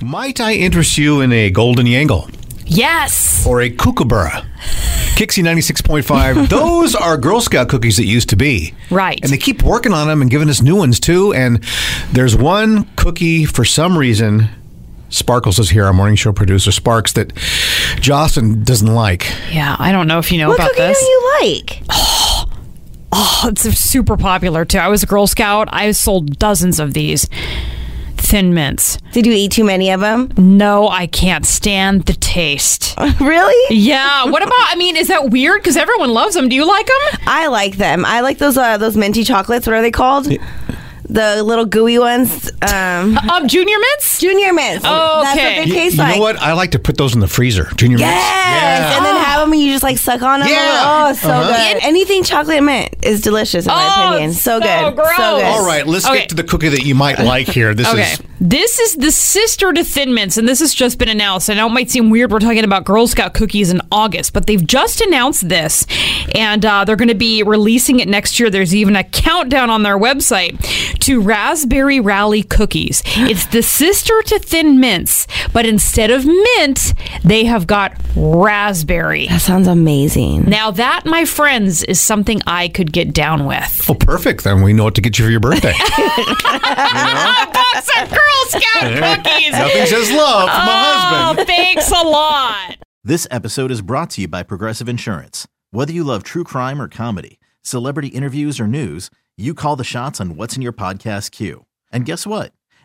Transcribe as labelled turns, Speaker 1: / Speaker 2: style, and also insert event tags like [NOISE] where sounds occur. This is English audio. Speaker 1: Might I interest you in a golden yangle
Speaker 2: Yes.
Speaker 1: or a kookaburra? Kixie 96.5. Those are Girl Scout cookies that used to be.
Speaker 2: Right.
Speaker 1: And they keep working on them and giving us new ones too. And there's one cookie for some reason, Sparkles is here, our morning show producer, Sparks, that Jocelyn doesn't like.
Speaker 2: Yeah, I don't know if you know
Speaker 3: What
Speaker 2: about
Speaker 3: cookie
Speaker 2: this.
Speaker 3: do you like?
Speaker 2: Oh, it's super popular too. I was a Girl Scout. I sold dozens of these Thin Mints.
Speaker 3: Did you eat too many of them? [LAUGHS]
Speaker 2: No, I can't stand the taste.
Speaker 3: really?
Speaker 2: Yeah. What about? I mean, is that weird? Because everyone loves them. Do you like them?
Speaker 3: I like them. I like those uh, those minty chocolates. What are they called? The little gooey ones. Um,
Speaker 2: Um, Junior Mints.
Speaker 3: junior mints. That's what
Speaker 2: Oh, Okay.
Speaker 3: they
Speaker 2: You-
Speaker 3: taste
Speaker 1: you
Speaker 3: like.
Speaker 1: know what? I like to put those in the freezer. Junior
Speaker 3: Yes,
Speaker 1: mints.
Speaker 3: and then have them and you just like suck on them.
Speaker 1: Yeah. Uh-huh.
Speaker 3: Oh, it's so good. Anything chocolate mint is delicious in
Speaker 2: Oh,
Speaker 3: my opinion.
Speaker 2: it's
Speaker 3: So,
Speaker 2: so
Speaker 3: good.
Speaker 2: gross.
Speaker 3: So good.
Speaker 1: All right, let's
Speaker 2: Okay.
Speaker 1: get to the cookie that you
Speaker 3: [LAUGHS]
Speaker 1: might like here. This
Speaker 2: Okay.
Speaker 1: is
Speaker 2: This is the sister to Thin Mints, and this has just been announced. I know it might seem weird we're talking about Girl Scout cookies in August, but they've just announced this, and uh, they're going to be releasing it next year. There's even a countdown on their website to Raspberry Rally [GASPS] cookies. It's the sister to Thin Mints, but instead of mint, they have got raspberry.
Speaker 3: That sounds amazing.
Speaker 2: Now, that, my friends, is something I could get down [LAUGHS] with.
Speaker 1: well, perfect. Then we know what to get you for your
Speaker 3: [LAUGHS]
Speaker 1: birthday.
Speaker 2: Box of Girl Scout cookies!
Speaker 1: Nothing says love from a husband.
Speaker 2: Oh, thanks a lot.
Speaker 4: This episode is brought to you by Progressive Insurance. Whether you love true crime or comedy, celebrity interviews or news, you call the shots on what's in your podcast queue. And guess what?